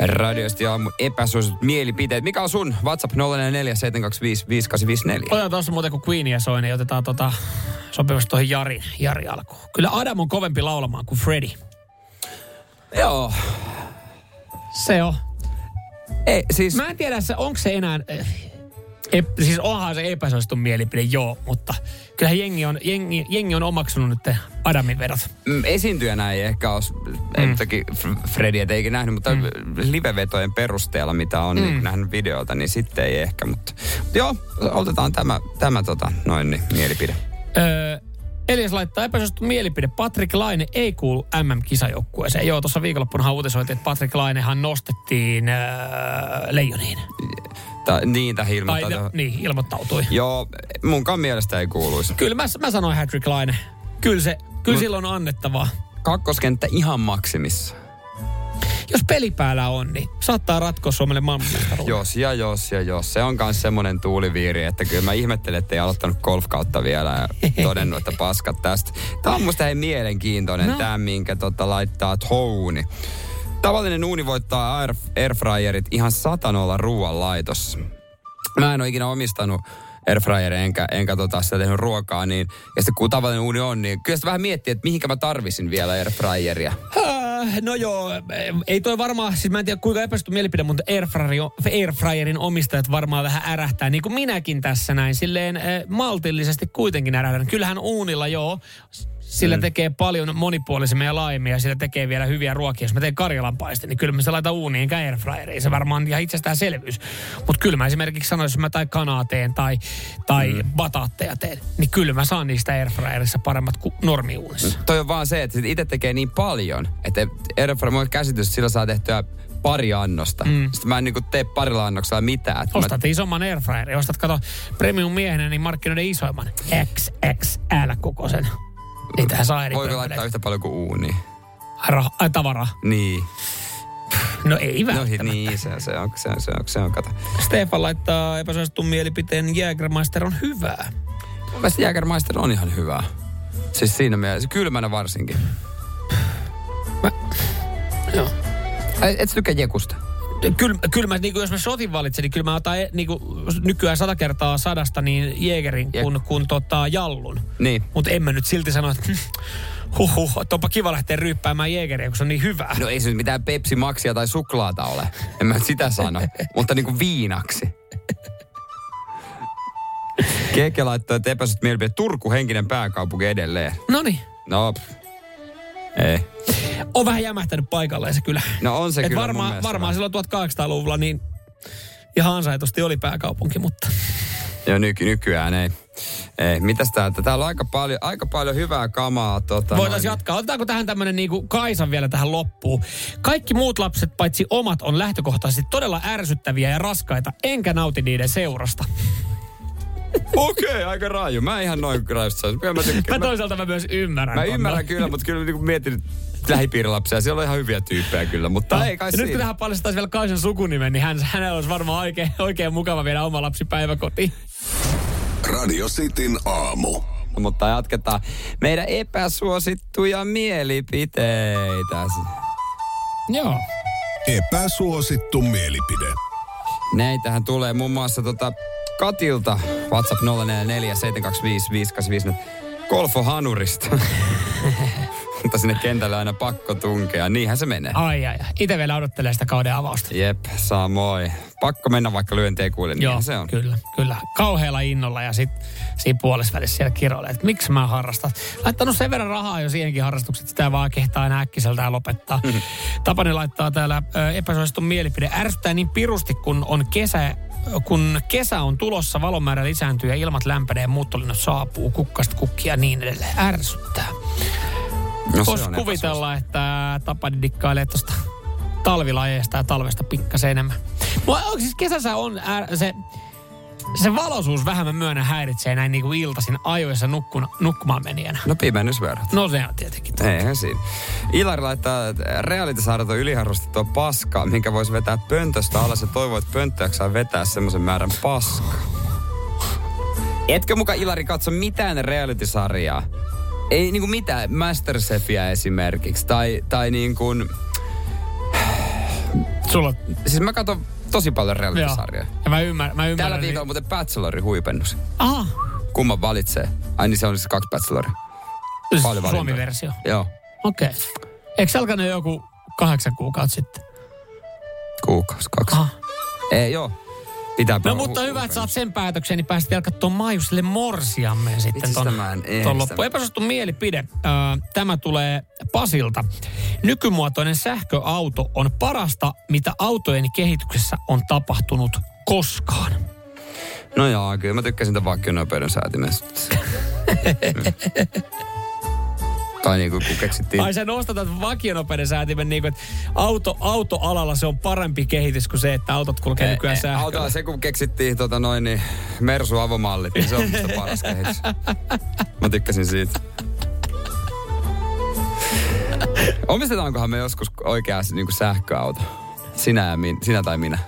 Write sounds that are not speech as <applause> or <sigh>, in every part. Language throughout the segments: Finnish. Radiosti aamu epäsuositut mielipiteet. Mikä on sun WhatsApp 0447255854? Otetaan tuossa muuten, kun Queenia soi, niin otetaan tota, sopivasti tuohon Jari, Jari alkuun. Kyllä Adam on kovempi laulamaan kuin Freddy. Joo. Se on. Ei, siis Mä en tiedä, se, onko se enää... eh, Ep, siis onhan se epäsuosittu mielipide, joo, mutta kyllähän jengi on, jengi, jengi on omaksunut nyt Adamin vedot. mm, esiintyjänä ei ehkä ole, ei mm. toki F- Frediä ei ikinä nähnyt, mutta mm. livevetojen perusteella, mitä on mm. niin nähnyt videolta, niin sitten ei ehkä. Mutta, mutta joo, otetaan tämä, tämä tota, noin niin, mielipide. Öö, Elias laittaa epäsuosittu mielipide. Patrick Laine ei kuulu MM-kisajoukkueeseen. Joo, tuossa viikonloppunahan uutisoitiin, että Patrick Lainehan nostettiin öö, leijoniin. Tää, niin, tähän Tai, ilmoittaa. no, niin, ilmoittautui. Joo, munkaan mielestä ei kuuluisi. Kyllä mä, mä sanoin Patrick Laine. Kyllä se, kyllä no. silloin on annettavaa. Kakkoskenttä ihan maksimissa. Jos peli päällä on, niin saattaa ratkoa Suomelle maailmanmestaruuden. Jos ja jos ja jos. Se on myös semmoinen tuuliviiri, että kyllä mä ihmettelen, että ei aloittanut golfkautta vielä ja todennut, että paskat tästä. Tämä on musta hei mielenkiintoinen, no. tämä minkä tota laittaa Touni. Tavallinen uuni voittaa air, airfryerit ihan satanolla ruoan laitossa. Mä en ole ikinä omistanut airfryeria enkä, enkä tota sitä tehnyt ruokaa, niin ja sitten kun tavallinen uuni on, niin kyllä sitä vähän miettii, että mihinkä mä tarvisin vielä airfryeria. Äh, No joo, ei toi varmaan, siis mä en tiedä kuinka epästy mielipide, mutta airfryerin, airfryerin omistajat varmaan vähän ärähtää, niin kuin minäkin tässä näin, silleen äh, maltillisesti kuitenkin ärähdän. Kyllähän uunilla joo, s- sillä mm. tekee paljon monipuolisemmin ja laajemmin ja sillä tekee vielä hyviä ruokia. Jos mä teen karjalan paiste, niin kyllä mä se laitan uuniin enkä airfryeriin, se varmaan on ihan itsestäänselvyys. Mutta kyllä mä esimerkiksi sanoisin, jos mä tai kanaa teen tai, tai mm. bataatteja teen, niin kyllä mä saan niistä airfryerissa paremmat kuin normiuunissa. Toi on vaan se, että sit itse tekee niin paljon, että Airfryer on käsitys, että sillä saa tehtyä pari annosta. Mm. Sitten mä en niinku tee parilla annoksella mitään. Että mä, Ostat isomman airfryerin, ostat kato premium miehenä niin markkinoiden isoimman XXL kokoisen. Niitähän saa eri voiko pöydät. laittaa yhtä paljon kuin uuni? Rah- ai, tavaraa. Niin. No ei No hi- välttämättä. No, niin, se, se on, se on, se on, se on, kato. Stefan laittaa epäsuositun mielipiteen Jägermeister on hyvää. Mun mielestä Jägermeister on ihan hyvää. Siis siinä mielessä, kylmänä varsinkin. Joo. Ai, Et sä tykkää jekusta? Kyllä, kyllä mä, niin kuin jos mä shotin valitsen, niin kyllä mä otan niin kuin, nykyään sata kertaa sadasta niin Jägerin Jep. kuin, kuin tota, Jallun. Niin. Mutta en mä nyt silti sano, että huhhuh, että onpa kiva lähteä ryyppäämään Jägeriä, kun se on niin hyvää. No ei se nyt mitään Pepsi Maxia tai suklaata ole. En mä nyt sitä sano. Mutta niinku viinaksi. Keke laittoi, että epäsyt mielipide. Turku henkinen pääkaupunki edelleen. No niin. No, pff. ei. on vähän jämähtänyt paikalleen se kyllä. No on se Et kyllä mun varmaan, mielestä varmaan vähän. silloin 1800-luvulla niin ihan ansaitusti oli pääkaupunki, mutta Joo, nyky, nykyään ei. ei. Mitäs täältä? Täällä on aika paljon, aika paljon hyvää kamaa. Tota, voitaisiin noin. jatkaa. Otetaanko tähän tämmönen niinku Kaisan vielä tähän loppuun? Kaikki muut lapset paitsi omat on lähtökohtaisesti todella ärsyttäviä ja raskaita, enkä nauti niiden seurasta. Okei, okay, aika raaju. Mä en ihan noin rajusta saisi. Kyllä mä Mä tykkään. Mä, toisaalta mä myös ymmärrän. mä ton. no. ymmärrän kyllä, mutta kyllä niin mietin lähipiirilapsia. Siellä on ihan hyviä tyyppejä kyllä, mutta Joo. No, ei kai Ah, ja nyt kun siinä. tähän paljastaisi vielä Kaisan sukunimen, niin hän, hänellä olisi varmaan oikein, oikein mukava viedä oma lapsi päiväkotiin. Radio Cityn aamu. Mutta jatketaan meidän epäsuosittuja mielipiteitä. Joo. Epäsuosittu mielipide. Näitähän tulee muun muassa tota Katilta, WhatsApp 0447255854. Golfo hanurista. <laughs> Mutta sinne kentälle aina pakko tunkea. Niinhän se menee. Ai ai, ai. Itse vielä odottelee sitä kauden avausta. Jep, samoin. Pakko mennä vaikka lyönti ei kuule. Joo, Niinhän niin se on. kyllä, kyllä. Kauhealla innolla ja sitten siinä puolessa välissä siellä kiroilee, että miksi mä harrastan. Laittanut sen verran rahaa jo siihenkin harrastukset, sitä vaan kehtaa enää äkkiseltään lopettaa. Mm-hmm. Tapani laittaa täällä ö, epäsuosittu mielipide. Ärsyttää niin pirusti, kun on kesä, kun kesä on tulossa, valomäärä lisääntyy ja ilmat lämpenee, muuttolinnat saapuu, kukkasta kukkia ja niin edelleen. Ärsyttää. No, se Voisi on kuvitella, että Tapani dikkailee tuosta oh, talvilajeesta ja talvesta pikkasen enemmän. Mua, onko siis kesässä on ää, se se valoisuus vähän mä myönnän häiritsee näin niin kuin iltaisin ajoissa nukkuna, nukkumaan menijänä. No pimennysverot. No se on tietenkin. totta. Eihän siinä. Ilari laittaa realitisaarto yliharrastettua paskaa, minkä voisi vetää pöntöstä alas ja toivoo, että pönttö jaksaa vetää semmoisen määrän paskaa. Etkö muka Ilari katso mitään realitisarjaa? Ei niinku mitään, Masterchefia esimerkiksi, tai, tai niin kuin, Sulla siis mä katson tosi paljon realitisarjaa. Joo. Ja mä ymmärrän. Mä ymmärrän niin. Tällä viikolla muuten Bachelorin huipennus. Aha. Kumman valitsee? Ai niin se on siis kaksi Bacheloria. Paljon valintoja. Suomi-versio. Joo, Okei. Okay. Eikö se alkanut joku kahdeksan kuukautta sitten? kuukausi, kaksi. Aha. Ei, joo. Pitää No puhua mutta hu- hyvä, että huipennus. saat sen päätöksen, niin pääsit alkaa tuon Maiuselle morsiamme sitten Vitsi, ton, sitä mä en- ei, ton sitä loppuun. mä- Epäsuosittu mielipide. Ö, tämä tulee Pasilta. Nykymuotoinen sähköauto on parasta, mitä autojen kehityksessä on tapahtunut koskaan. No joo, kyllä mä tykkäsin tämän vakionopeuden säätimestä. <laughs> tai niinku kun keksittiin... Ai sä nostatat vakionopeuden säätimen niin kuin, että auto, autoalalla se on parempi kehitys kuin se, että autot kulkee nykyään sähköllä. Autolla se, kun keksittiin tota noin, niin Mersu avomallit, niin se on musta paras kehitys. Mä tykkäsin siitä. Omistetaankohan me joskus oikea niin sähköauto? Sinä, ja min, sinä tai minä.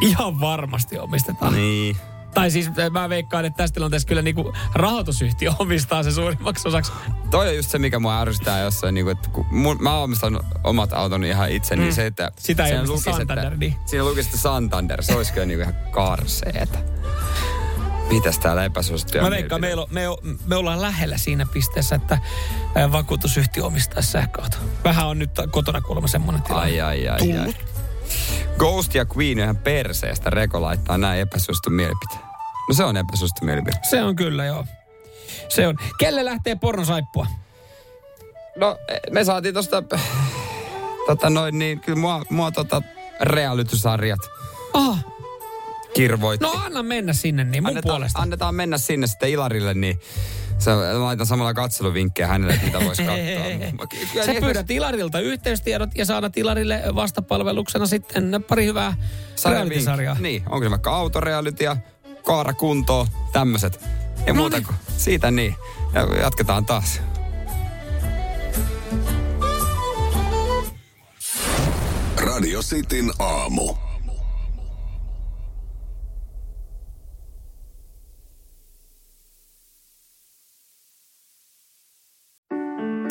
Ihan varmasti omistetaan. Niin. Tai siis eh, mä veikkaan, että tässä tilanteessa kyllä niinku rahoitusyhtiö omistaa se suurimmaksi osaksi. Toi on just se, mikä mua ärsyttää jossain, niin kuin, että kun mun, mä omistan omat autoni ihan itse, mm. niin se, että... Sitä ei siinä omista Santander, että, niin. Siinä lukisi, että Santander, se olisi kyllä niin ihan karseeta. Mitäs täällä epäsuosittuja Mä veikkaan, meillä on, me, o- me ollaan lähellä siinä pisteessä, että eh, vakuutusyhtiö omistaa sähköauto. Vähän on nyt ta- kotona kuulemma semmoinen tilanne. Ai, ai, ai, ai. Tullut. Ghost ja Queen ihan perseestä reko laittaa nämä epäsuosittu mielipiteen. No se on epäsuosittu mielipide. Se on kyllä, joo. Se on. Kelle lähtee pornosaippua? No me saatiin tosta... Tota noin, niin kyllä mua, mua tota realitysarjat Ah, kirvoitti. no anna mennä sinne niin mun annetaan, puolesta. annetaan mennä sinne sitten Ilarille, niin se, laitan samalla katseluvinkkejä hänelle, että mitä <laughs> voisi katsoa. Ky- kyllä Sä niin, pyydät Ilarilta yhteystiedot ja saanat Ilarille vastapalveluksena sitten pari hyvää sarjan realitysarjaa. vinkki. Niin, onko se vaikka autorealitia, kaara kuntoa, tämmöiset. Ei No muuta niin. kuin siitä niin. Ja jatketaan taas. Radio Cityn aamu.